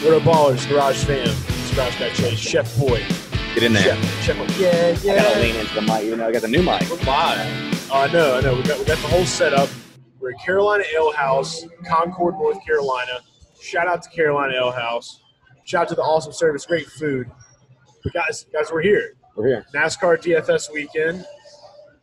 Pro Ballers, Garage Fam, it's Garage Band Show, Chef Boy. Get in there. Chef, Chef Boy. Yeah, I gotta yeah. lean into the mic, even though I got the new mic. We're live. Oh, I know, I know. We got, we got the whole setup. We're at Carolina Ale House, Concord, North Carolina. Shout out to Carolina Ale House. Shout out to the awesome service, great food. But guys, guys, we're here. We're here. NASCAR DFS weekend.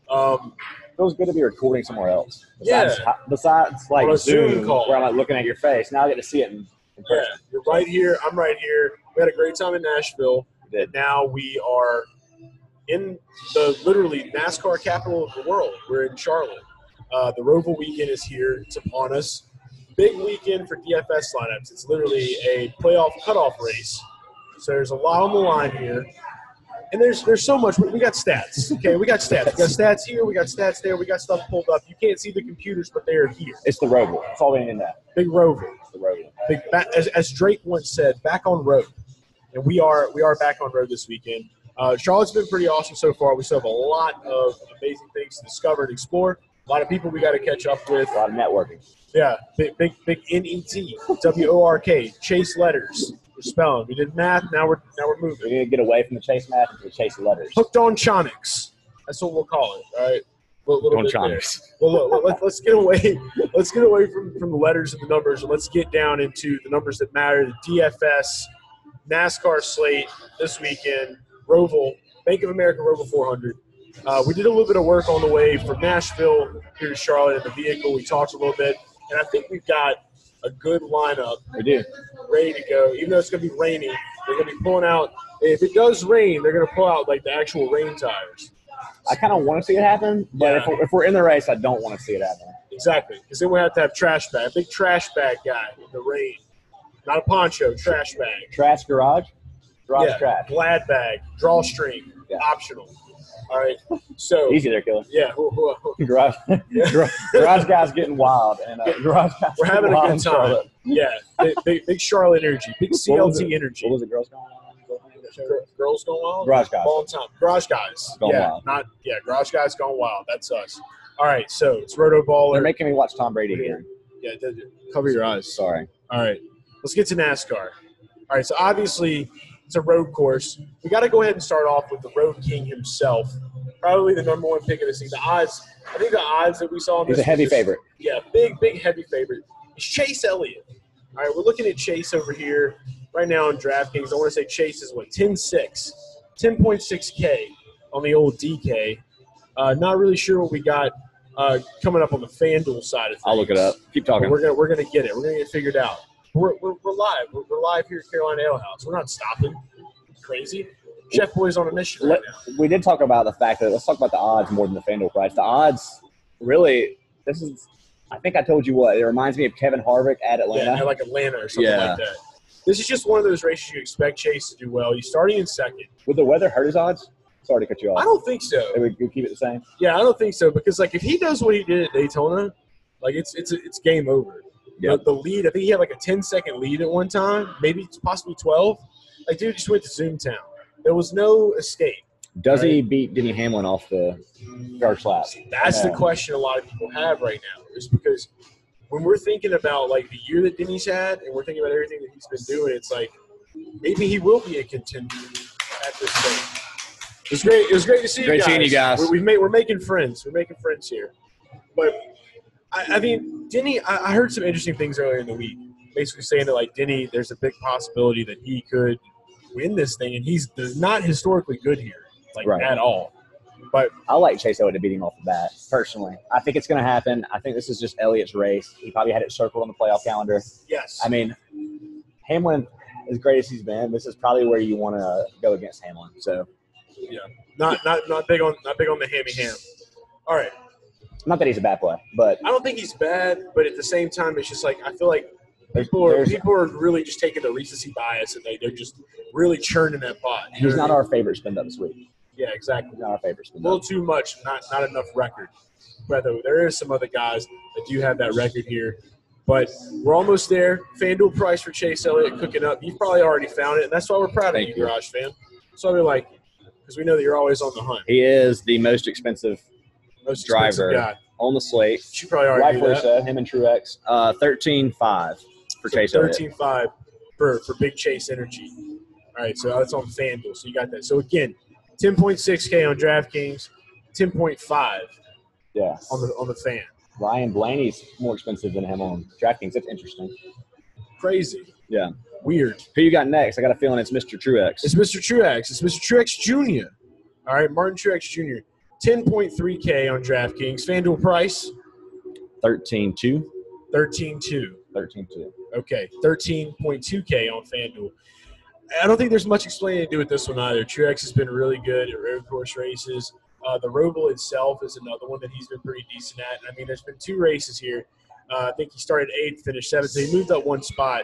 Um, Feels good to be recording somewhere else. Besides, Yeah. Besides, like On a Zoom Zoom, call. where I'm like looking at your face. Now I get to see it in, in yeah, person. you're right here. I'm right here. We had a great time in Nashville. We did. that now we are in the literally NASCAR capital of the world. We're in Charlotte. Uh, the Roval weekend is here. It's upon us. Big weekend for DFS lineups. It's literally a playoff cutoff race. So there's a lot on the line here. And there's there's so much. We, we got stats. Okay, we got stats. We got stats here. We got stats there. We got stuff pulled up. You can't see the computers, but they are here. It's the road. That's all we need to know. Big Roval. It's the road. Big, back, as, as Drake once said, back on road, and we are we are back on road this weekend. Uh, Charlotte's been pretty awesome so far. We still have a lot of amazing things to discover and explore. A lot of people we got to catch up with. A lot of networking. Yeah, big big big N E T W O R K chase letters. We're spelling. We did math. Now we're now we're We moving. need to get away from the chase math and the chase letters. Hooked on Chonix. That's what we'll call it. All right. Little, little Don't bit there. try Well, look, let, let's get away. Let's get away from, from the letters and the numbers, and let's get down into the numbers that matter. The DFS, NASCAR slate this weekend, Roval, Bank of America Roval 400. Uh, we did a little bit of work on the way from Nashville here to Charlotte in the vehicle. We talked a little bit, and I think we've got a good lineup We do. ready to go. Even though it's going to be rainy, they're going to be pulling out. If it does rain, they're going to pull out like the actual rain tires. I kind of want to see it happen, but Yeah. if, we're, if we're in the race, I don't want to see it happen. Exactly, because then we have to have trash bag, big trash bag guy in the rain, not a poncho, trash bag, Trash garage? Garage yeah, trash. glad bag, drawstring, Yeah. optional. All right, so Easy there, killer. yeah, who- who- who- Garage, Yeah. garage, garage guy's getting wild, and uh, garage guys we're having a getting wild good in time. Charlotte. Yeah, big, big, big Charlotte energy, big What was CLT it? energy. What was it? Girls going on? Gir- Girls gone wild. Garage guys. Long time. Garage guys. Gone yeah, wild. not yeah. Garage guys gone wild. That's us. All right, so it's Roto Baller. They're making me watch Tom Brady again. yeah, d- d- cover your eyes. Sorry. All right, let's get to NASCAR. All right, so obviously it's a road course. We got to go ahead and start off with the road king himself, probably the number one pick of this thing. The odds, I think the odds that we saw. in He's a this heavy was just- favorite. Yeah, big, big heavy favorite. It's Chase Elliott. All right, we're looking at Chase over here right now on DraftKings. I want to say Chase is what 10-6, 10.6k on the old DK. Uh, not really sure what we got uh, coming up on the FanDuel side of things. I'll look it up. Keep talking. But We're gonna we're gonna get it. We're gonna get it figured out. We're, we're, we're live. We're, we're live here at Carolina Ale House. We're not stopping. Crazy. Chef Boy's on a mission right Let- now. We did talk about the fact that let's talk about the odds more than the FanDuel price. The odds, really, this is. I think I told you what it reminds me of Kevin Harvick at Yeah, Atlanta. like Atlanta or something Yeah. like that. This is just one of those races you expect Chase to do well. He's starting in second. Would the weather hurt his odds? Sorry to cut you I off. don't think so. It would, would keep it the same. Yeah, I don't think so because like if he does what he did at Daytona, like it's it's it's game over. Yeah. The, the lead, I think he had like a 10 second lead at one time, maybe it's possibly 12. Like dude just went to Zoomtown. There was no escape. Does he beat Denny Hamlin off the charge slap? That's the Yeah. question a lot of people have right now, is because when we're thinking about like the year that Denny's had, and we're thinking about everything that he's been doing, it's like maybe he will be a contender at this thing. It was great. It was great to see you Great guys. seeing you guys. We, we've made, we're making friends. We're making friends here. But I, I mean, Denny. I, I heard some interesting things earlier in the week, basically saying that like Denny, there's a big possibility that he could win this thing, and he's not historically good here, like Right. at all. But I like Chase Elliott to beat him off the bat, personally. I think it's going to happen. I think this is just Elliott's race. He probably had it circled on the playoff calendar. yes, I mean, Hamlin, as great as he's been, this is probably where you want to go against Hamlin. So, Not not not big on not big on the hammy ham. All right, not that he's a bad player, but I don't think he's bad, but at the same time, it's just like I feel like there's, people are there's- people are really just taking the recency bias and they they're just really churning that pot. You know he's what not I mean? our favorite spend up this week. yeah exactly He's not our a favorite spend little up. too much, not not enough record. Whether there is some other guys that do have that record here, but we're almost there. FanDuel price for Chase Elliott cooking up. You've probably already found it, and that's why we're proud Thank of you, you. Garage Fan. So we like because we know that you're always on the hunt. He is the most expensive Most expensive Driver. guy. on the slate. She probably already knew Rightfully that. so. Him and Truex. Uh, 13 5 for Chase Elliott. 13 5. for, for Big Chase Energy. All right, so that's on FanDuel. So you got that. So again, 10.6K on DraftKings, 10.5 Yeah. on the on the fan. Ryan Blaney's more expensive than him on DraftKings. That's interesting. Crazy. Yeah. Weird. Who you got next? I got a feeling it's Mr. Truex. It's Mr. Truex. It's Mr. Truex Jr. All right, Martin Truex Jr. 10.3K on DraftKings. FanDuel price 13-2. 13.2. 13-2. Okay, 13.2K on FanDuel. I don't think there's much explaining to do with this one either. Truex has been really good at road course races. Uh, the Roval itself is another one that he's been pretty decent at. I mean, there's been two races here. Uh, I think he started eighth, finished seventh, so he moved up one spot.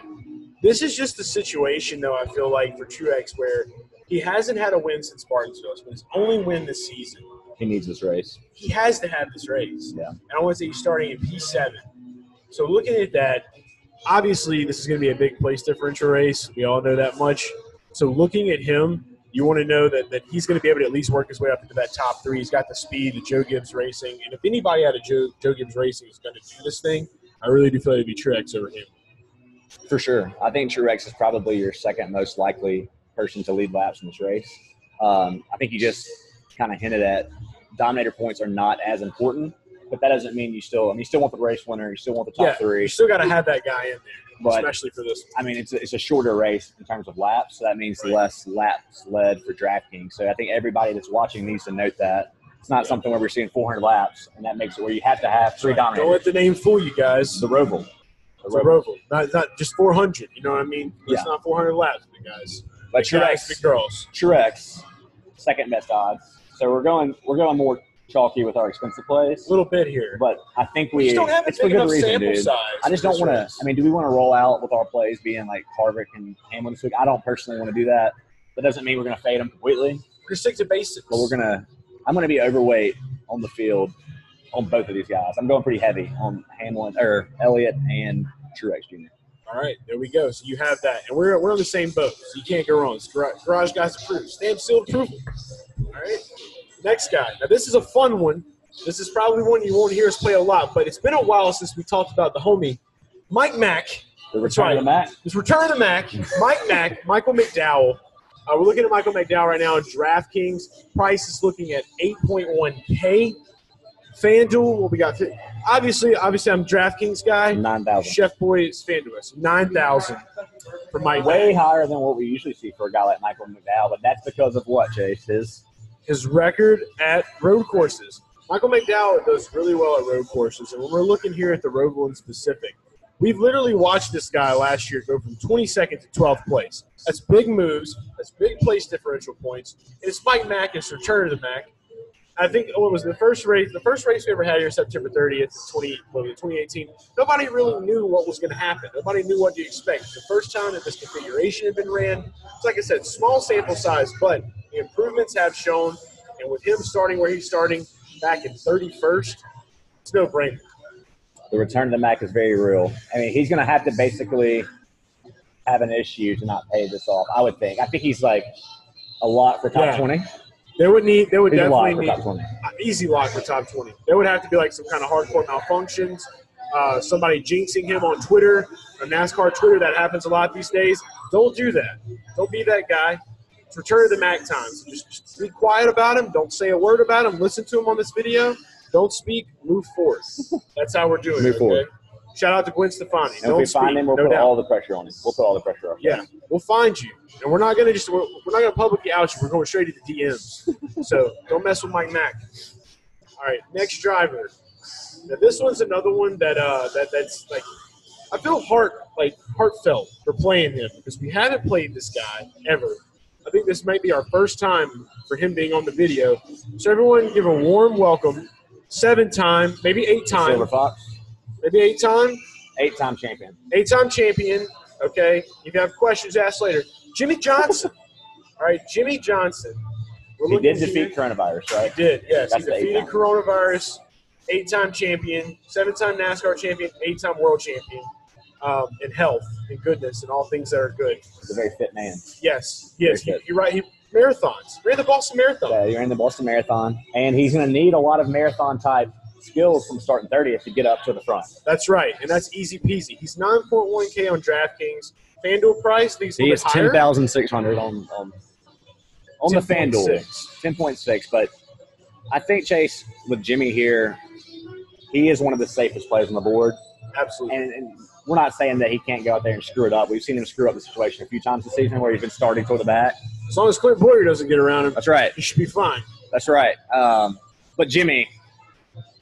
This is just the situation, though, I feel like, for Truex, where he hasn't had a win since Spartansville. It's been his only win this season He needs this race. he has to have this race. Yeah. And I want to say he's starting in P7. So looking at that, obviously this is going to be a big place differential race. We all know that much. So looking at him, you want to know that, that he's going to be able to at least work his way up into that top three. He's got the speed, the Joe Gibbs Racing. And if anybody out of Joe, Joe Gibbs Racing is going to do this thing, I really do feel like it'd be Truex over him. For sure. I think Truex is probably your second most likely person to lead laps in this race. Um, I think you just kind of hinted at dominator points are not as important, but that doesn't mean you still, I mean, you still want the race winner, you still want the top Yeah, three. You still got to have that guy in there, But especially for this. I mean, it's a, it's a shorter race in terms of laps, so that means Right. less laps led for DraftKings. So I think everybody that's watching needs to note that it's not something where we're seeing 400 laps, and that makes it where you have to have three Don't dominators. let the name fool you guys. The Roval. The It's a Roval. Roval. Not, not just 400. You know what I mean? It's Yeah. not 400 laps, big guys. But Big guys, Truex, big girls. Truex, second best odds. So we're going we're going more chalky with our expensive plays, A little bit here. but I think we just don't have a it's for big good enough reason, sample dude. size. I just for don't this want to. race. I mean, do we want to roll out with our plays being like Harvick and Hamlin this week? I don't personally want to do that. That doesn't mean we're going to fade them completely. we're gonna stick to basics. but we're gonna I'm gonna be overweight on the field on both of these guys. I'm going pretty heavy on Hamlin or Elliott and Truex Jr. All right, there we go. So you have that, and we're we're on the same boat. So you can't go wrong. It's garage, garage guys approved. Stamp seal approval. All right. Next guy. Now this is a fun one. This is probably one you won't hear us play a lot, but it's been a while since we talked about the homie, Mike Mack. The That's return of the Mac. It's Return of the Mac, Mike Mack, Michael McDowell. Uh, we're looking at Michael McDowell right now on DraftKings. Price is looking at 8.1K. FanDuel, what we got? fi- Obviously, obviously, I'm DraftKings guy. Nine thousand. Chef Boy is FanDuel. It's 9,000 for Mike Way Mack. higher than what we usually see for a guy like Michael McDowell, but that's because of what, Chase? His His record at road courses. Michael McDowell does really well at road courses. And when we're looking here at the road one specific, we've literally watched this guy last year go from 22nd to 12th place. That's big moves. That's big place differential points. And it's Mike Mack. It's return to the Mack. I think what was the first race? The first race we ever had here, September 30th, 20, what was it, 2018. Nobody really knew what was going to happen. Nobody knew what to expect. It's the first time that this configuration had been ran. It's like I said, small sample size, but the improvements have shown. And with him starting where he's starting back in 31st, it's no brainer. the return of the Mac is very real. I mean, he's gonna have to basically have an issue to not pay this off, I would think. I think he's like a lot for top Yeah. twenty. They would need. They would He's a lot definitely for need. top twenty. easy lock for top 20. There would have to be like some kind of hardcore malfunctions, uh, somebody jinxing him on Twitter, on NASCAR Twitter. That happens a lot these days. Don't do that. Don't be that guy. It's return to the Mac times. Just, just be quiet about him. Don't say a word about him. Listen to him on this video. Don't speak. Move forward. That's how we're doing. Move it, forward. okay? Shout out to Gwen Stefani. And if we Don't speak. find him, we'll no put doubt. all the pressure on him. We'll put all the pressure on him. Yeah, we'll find you, and we're not gonna just we're, we're not gonna publicly out you. We're going straight to the DMs. so don't mess with Mike Mack. All right, next driver. Now this one's another one that uh that that's like I feel heart like heartfelt for playing him because we haven't played this guy ever. I think this might be our first time for him being on the video. So everyone, give a warm welcome. Seven time, maybe eight Silver time, Fox, maybe eight time eight time champion. eight time champion. Okay. If you have questions, ask later. Jimmy Johnson. All right. Jimmy Johnson. We're He did looking here. defeat coronavirus, He right? did, yes. That's he the eight defeated time. coronavirus, eight time champion, seven time NASCAR champion, eight time world champion um, in health and goodness and all things that are good. He's a very fit man. Yes. Yes. Very You, good. you're right. He, marathons. Ran the Boston Marathon. So you're in the Boston Marathon, and he's going to need a lot of marathon type skills from starting 30th to get up to the front. That's right, and that's easy peasy. He's 9.1K on DraftKings, FanDuel price. I think it's a He little is bit ten higher. thousand six hundred on on on the FanDuel. 10.6. Ten point six, but I think Chase with Jimmy here, he is one of the safest players on the board. Absolutely. And, and we're not saying that he can't go out there and screw it up. We've seen him screw up the situation a few times this season where he's been starting toward the back. As long as Clint Boyer doesn't get around him, That's right. he should be fine. That's right. Um, but Jimmy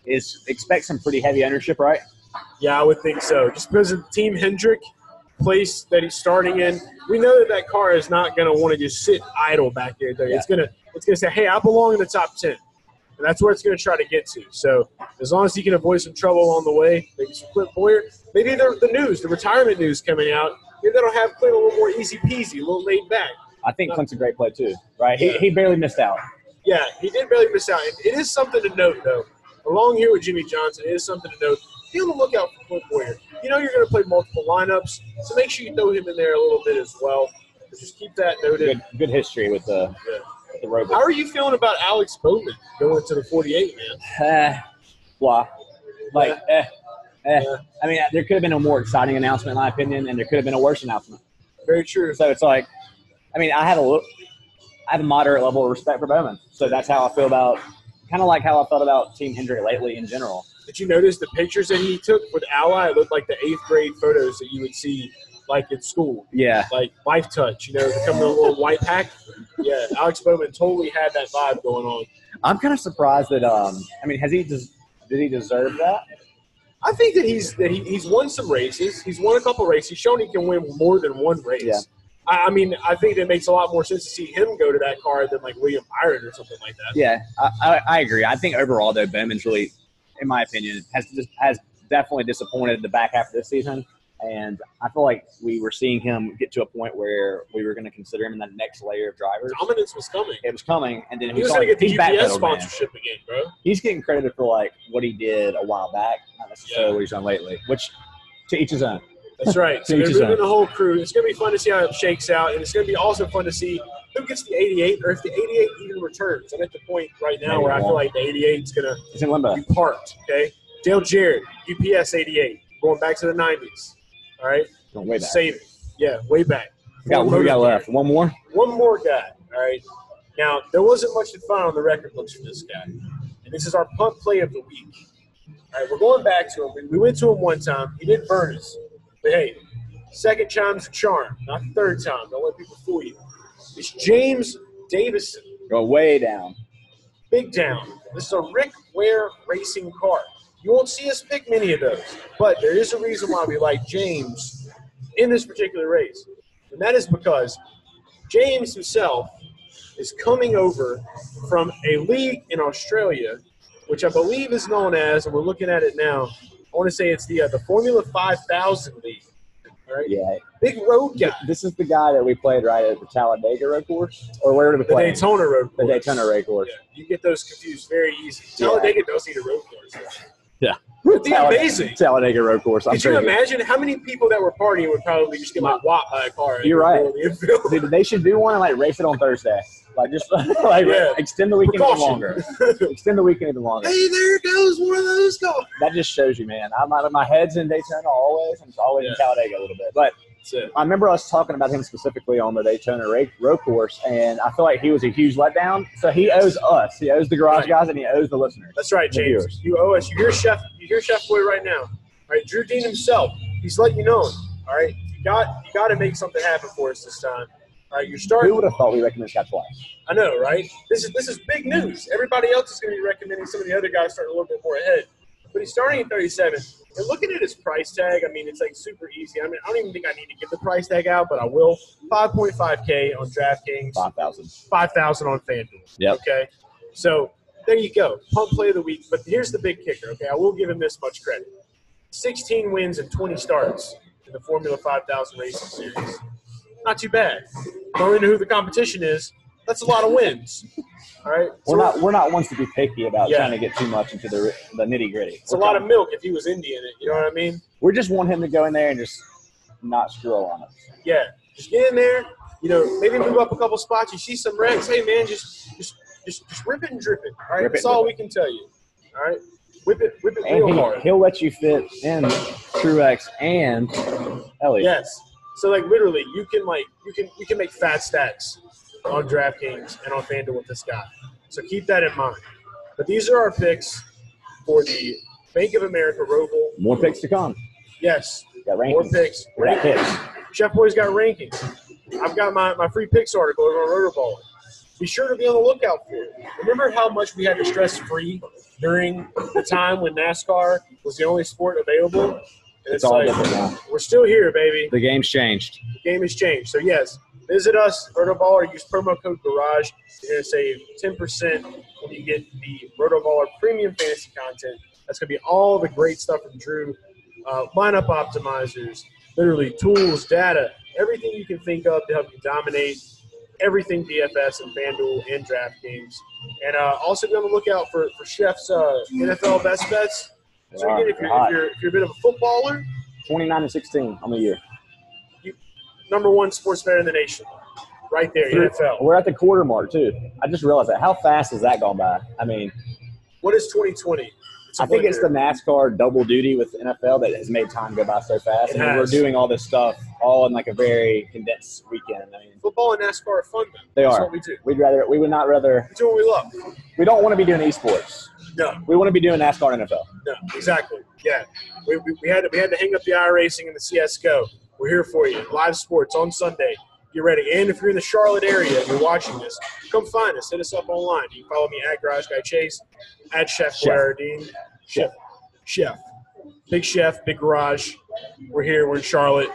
is expect some pretty heavy ownership, right? Yeah, I would think so. Just because of Team Hendrick place that he's starting in, we know that that car is not going to want to just sit idle back there. though. It's gonna it's gonna say, "Hey, I belong in the top 10. and that's where it's going to try to get to. So as long as he can avoid some trouble along the way, maybe some Clint Boyer, maybe the, the news, the retirement news coming out, maybe that'll have Clint a little more easy peasy, a little laid back. I think Clint's a great play too, right? He, he barely missed out. Yeah, he did barely miss out. And it is something to note, though. Along here with Jimmy Johnson, it is something to note. Be on the lookout for Clint Boyer. You know you're going to play multiple lineups, so make sure you throw him in there a little bit as well. Just keep that noted. Good good history with the Yeah. with the robot. How are you feeling about Alex Bowman going to the 48, man? eh, blah. Like, eh, eh. Yeah. I mean, there could have been a more exciting announcement, in my opinion, and there could have been a worse announcement. Very true. So it's like, I mean, I have a look, I have a moderate level of respect for Bowman. So that's how I feel about, kind of like how I felt about Team Hendry lately in general. Did you notice the pictures that he took with Ally? It looked like the eighth grade photos that you would see, like in school, Yeah. like Life Touch. You know, coming in a little white pack. Yeah, Alex Bowman totally had that vibe going on. I'm kind of surprised that, um, I mean, has he, des- did he deserve that? I think that he's that he, he's won some races. He's won a couple races. He's shown he can win more than one race. Yeah. I, I mean, I think that makes a lot more sense to see him go to that car than like William Byron or something like that. Yeah, I, I, I agree. I think overall, though, Bowman's really, in my opinion, has has definitely disappointed the back half of this season. And I feel like we were seeing him get to a point where we were going to consider him in that next layer of drivers. Dominance was coming. It was coming, and then He we was saw going to get the he's back UPS pedaled, man. sponsorship again, bro. He's getting credited for like what he did a while back, not necessarily what he's done lately. Which to each his own. That's right. So To they're each his moving own. the whole crew. It's going to be fun to see how it shakes out, and it's going to be also fun to see who gets the 88 or if the 88 even returns. I'm at the point right now Maybe where I it feel won't. like the 88 is going to He's in limbo. be parked. Okay, Dale Jarrett, UPS 88, going back to the 90s. All right. Going way back. Save it. Yeah, way back. We got, who we got left? One more. One more guy. All right. Now there wasn't much to find on the record books for this guy, and this is our punt play of the week. All right, we're going back to him. We- We went to him one time. He did burn us, but hey, second time's a charm, not the third time. Don't let people fool you. It's James Davison. Go way down. Big Down. This is a Rick Ware racing car. You won't see us pick many of those, but there is a reason why we like James in this particular race, and that is because James himself is coming over from a league in Australia, which I believe is known as, and we're looking at it now. I want to say it's the uh, the Formula 5000 league. All right, Yeah. big road guy, This is the guy that we played right at the Talladega road course, or where did we the play? Daytona road. The course. Daytona road course. Yeah, you get those confused very easy. Yeah. Talladega does need a road course. Yeah. It'd be Talladega- amazing. Talladega road course. I'm Could you pretty good. imagine how many people that were partying would probably just get like whopped by a car? You're right. right. Dude, they should do one and like race it on Thursday. Like just like Yeah. extend the weekend even Precaution. longer. extend the weekend even longer. hey, there goes one of those cars. That just shows you, man. I'm out of my head's in Daytona always, and it's always Yeah. in Talladega a little bit. But That's it. I remember us talking about him specifically on the Daytona road, road course, and I feel like he was a huge letdown. So he owes us. He owes the garage Right. guys, and he owes the listeners. That's right, The James. viewers. You owe us. You hear Chef. You hear Chef Boy right now. All right, Drew Dean himself. He's letting you know. All right, you got you got to make something happen for us this time. All right, you're starting. Who would have thought we recommend Scott twice? I know, right? This is this is big news. Everybody else is going to be recommending some of the other guys starting a little bit more ahead, but he's starting at 37. And looking at his price tag, I mean, it's like super easy. I mean, I don't even think I need to give the price tag out, but I will. 5.5k on DraftKings, Five thousand. 5,000 on FanDuel. Yep. Okay, so there you go, pump play of the week. But here's the big kicker. Okay, I will give him this much credit: 16 wins and 20 starts in the Formula 5000 Racing Series. Not too bad. Don't really know who the competition is. That's a lot of wins. All right, We're not we're not ones to be picky about Yeah. trying to get too much into the the nitty gritty. It's a lot of milk if he was Indian. You know what I mean? We just want him to go in there and just not screw on us. Yeah, just get in there. You know, maybe move up a couple spots. You see some wrecks. Hey man, just just just, just rip it and drip it. All right, Rip it that's and all we drip can tell you. All right, whip it, whip it And real he, hard. he'll let you fit in Truex and Elliott. Yes. So like literally, you can like you can you can make fat stacks on DraftKings and on FanDuel with this guy. So keep that in mind. But these are our picks for the Bank of America Roval. More picks to come. Yes, Got rankings. more picks. We got picks. Chef Boy's got rankings. I've got my, my free picks article over on Rotoballer. Be sure to be on the lookout for it. Remember how much we had to stress free during the time when NASCAR was the only sport available? And it's, It's all like, different now. we're still here, baby. The game's changed. The game has changed. So, yes, visit us, Rotoballer. Use promo code GARAGE. You're going to save 10% when you get the Rotoballer premium fantasy content. That's going to be all the great stuff from Drew. Uh, lineup optimizers, literally tools, data, everything you can think of to help you dominate everything DFS and FanDuel and DraftKings. And uh, also be on the lookout for, for Chef's uh, NFL best bets. So They are. again, if They're you're, if, hot. you're, if you're a bit of a footballer, 29 and 16 on the year. number one sports bet in the nation. Right there, NFL. We're at the quarter mark, too. I just realized that. How fast has that gone by? I mean, What is 2020? I think it's the NASCAR double duty with the NFL that has made time go by so fast. It and we're has. doing all this stuff all in like a very condensed weekend. I mean, Football and NASCAR are fun, though. They That's are. what we do. we'd rather, we would not rather, We do what we love. we don't want to be doing esports. No, We want to be doing NASCAR and NFL. no, exactly. Yeah. We, we, we, had to, we had to hang up the iRacing and the CSGO. We're here for you. Live sports on Sunday. Get ready. And if you're in the Charlotte area and you're watching this, come find us. Hit us up online. You can follow me at Garage Guy Chase, at Chef Chef. Blaradine. Chef. Chef. Big Chef, Big Garage. We're here. We're in Charlotte.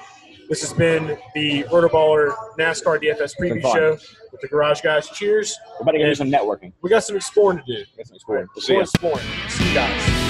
This has been the Rotoballer NASCAR DFS been preview fun. show with the Garage Guys. Cheers. We're about to go do some networking. We got some exploring to do. Get some exploring. We'll see More ya. exploring. See you guys.